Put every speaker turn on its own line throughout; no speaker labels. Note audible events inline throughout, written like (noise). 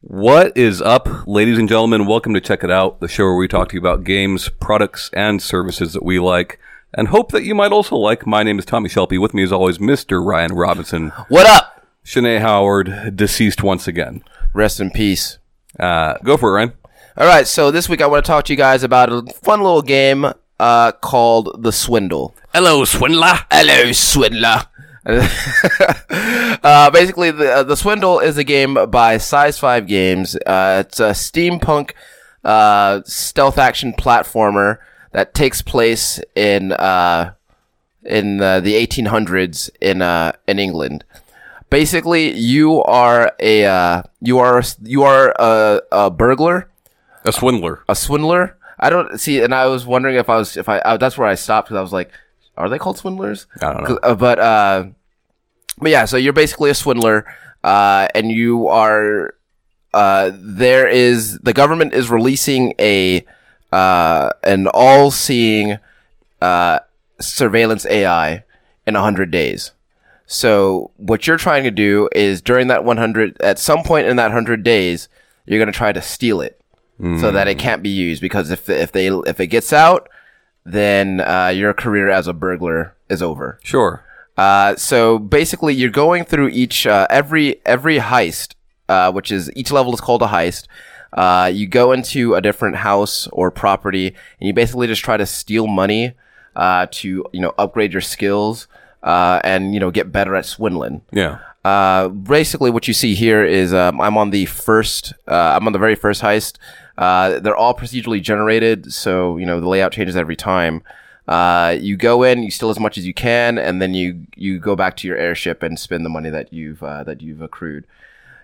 What is up, ladies and gentlemen? Welcome to Check It Out, the show where we talk to you about games, products, and services that we like and hope that you might also like. My name is Tommy Shelby. With me, as always, Mr. Ryan Robinson,
What up?
Shanae Howard, deceased once again.
Rest in peace.
Uh, go for it, Ryan.
All right, so this week I want to talk to you guys about a fun little game uh, called The Swindle.
Hello, swindler.
Hello, swindler. (laughs) uh, basically, the, uh, the Swindle is a game by Size Five Games. Uh, it's a steampunk uh, stealth action platformer that takes place in uh, in uh, the 1800s in uh, in England. Basically, you are a uh, you are you are a, a burglar
A swindler.
a swindler. I don't see, and I was wondering if I was if I, I that's where I stopped because I was like, are they called swindlers?
I don't know.
'Cause- uh, but uh, but yeah, so you're basically a swindler, uh, and you are uh, there is the government is releasing a uh, an all seeing uh, surveillance AI in hundred days. So what you're trying to do is during that 100, at some point in that 100 days, you're going to try to steal it so that it can't be used. Because if if they if it gets out, then uh, your career as a burglar is over.
Sure.
Uh, so basically, you're going through each uh, every every heist, uh, which is each level is called a heist. Uh, you go into a different house or property, and you basically just try to steal money uh, to you know upgrade your skills uh, and you know get better at swindling.
Yeah.
Uh, basically, what you see here is um, I'm on the first. Uh, I'm on the very first heist. Uh, they're all procedurally generated, so you know the layout changes every time. Uh, you go in, you steal as much as you can, and then you you go back to your airship and spend the money that you've uh, that you've accrued.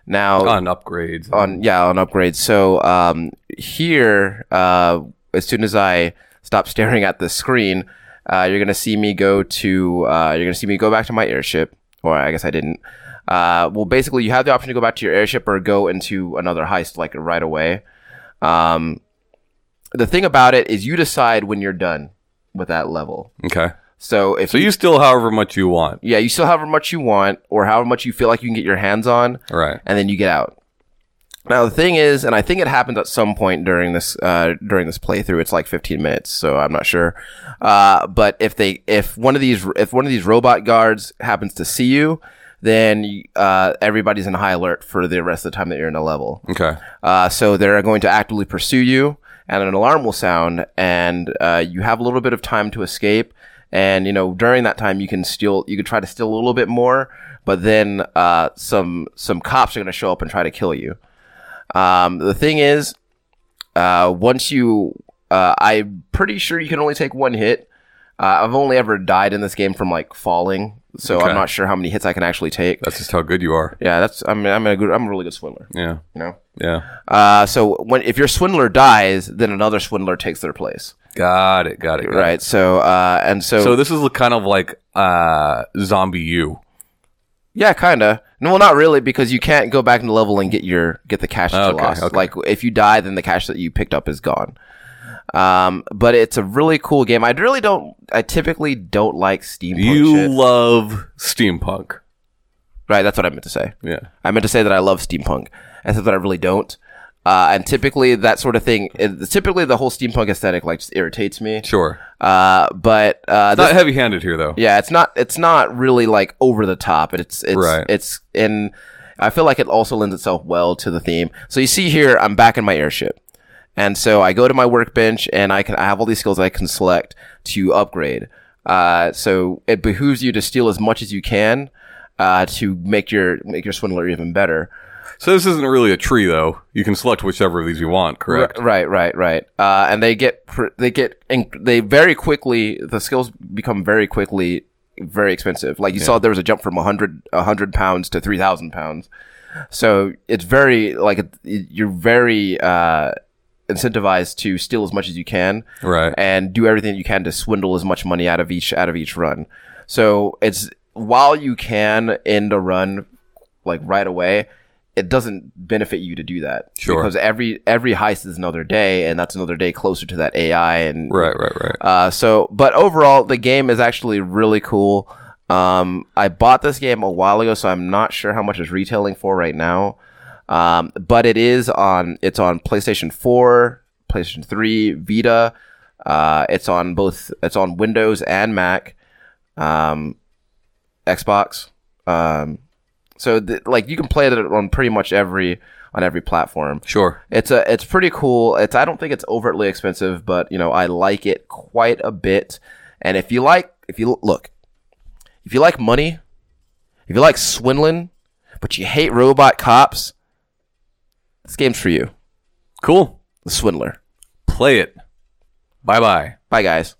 Now,
On upgrades.
on yeah on upgrades. So um, here, uh, as soon as I stop (laughs) staring at the screen, uh, you're gonna see me go to uh, you're gonna see me go back to my airship, or I guess I didn't. Uh, well, basically, you have the option to go back to your airship or go into another heist like right away. Um, the thing about it is, you decide when you're done with that level.
Okay.
So if
So you steal however much you want.
yeah, you still however much you want or however much you feel like you can get your hands on
All right.
and then you get out. Now the thing is, and I think it happens at some point during this uh, during this playthrough. It's like 15 minutes, so I'm not sure. Uh, but if they if one of these if one of these robot guards happens to see you, then uh, everybody's in high alert for the rest of the time that you're in a level.
Okay.
Uh, so they're going to actively pursue you, and an alarm will sound, and uh, you have a little bit of time to escape. And you know, during that time, you can steal. You can try to steal a little bit more, but then uh, some some cops are going to show up and try to kill you. Um, the thing is, uh, once you, uh, I'm pretty sure you can only take one hit. Uh, I've only ever died in this game from like falling, so
Okay.
I'm not sure how many hits I can actually take.
That's just how good you are.
yeah, that's. I mean, I'm a good. I'm a really good swindler.
Yeah.
You know.
Yeah.
Uh, so when if your swindler dies, then another swindler takes their place,
Got it. Got it. got it.
right? So uh, and so,
So this is kind of like uh, zombie you.
yeah, kind of. No, well, not really, because you can't go back into level and get your get the cash that
Oh,
you
okay,
lost.
okay.
Like if you die, then the cash that you picked up is gone. Um, but it's a really cool game. I really don't. I typically don't like steampunk
You
shit.
love steampunk.
right, that's what I meant to say.
Yeah.
I meant to say that I love steampunk, and said that I really don't. Uh, and typically that sort of thing. It, typically the whole steampunk aesthetic like just irritates me.
Sure.
Uh, but uh,
Not heavy handed here though.
Yeah, it's not it's not really like over the top. It's it's
Right.
it's and I feel like it also lends itself well to the theme. So you see here, I'm back in my airship, and so I go to my workbench and I can I have all these skills I can select to upgrade. Uh, so it behooves you to steal as much as you can uh, to make your make your swindler even better.
So this isn't really a tree though. You can select whichever of these you want, correct?
R- Right, right, right. Uh, and they get pr- they get and they very quickly the skills become very quickly very expensive. Like you saw, there was a jump from 100, 100 pounds to three thousand pounds. So it's very like it- you're very uh, incentivized to steal as much as you can
Right.
and do everything you can to swindle as much money out of each out of each run. So it's while you can end a run like right away, it doesn't benefit you to do that
Sure.
because every every heist is another day, and that's another day closer to that AI and
Right, right, right.
uh, so, but overall, the game is actually really cool. Um, I bought this game a while ago, so I'm not sure how much it's retailing for right now. Um, but it is on. It's on PlayStation 4, PlayStation 3, Vita. Uh, it's on both. It's on Windows and Mac, um, Xbox. Um, so th- like you can play it on pretty much every on every platform.
Sure.
It's a it's pretty cool. It's I don't think it's overtly expensive, but you know I like it quite a bit. And if you like, if you look, if you like money, if you like swindling, but you hate robot cops, this game's for you.
Cool.
The Swindler.
Play it. Bye bye.
Bye guys.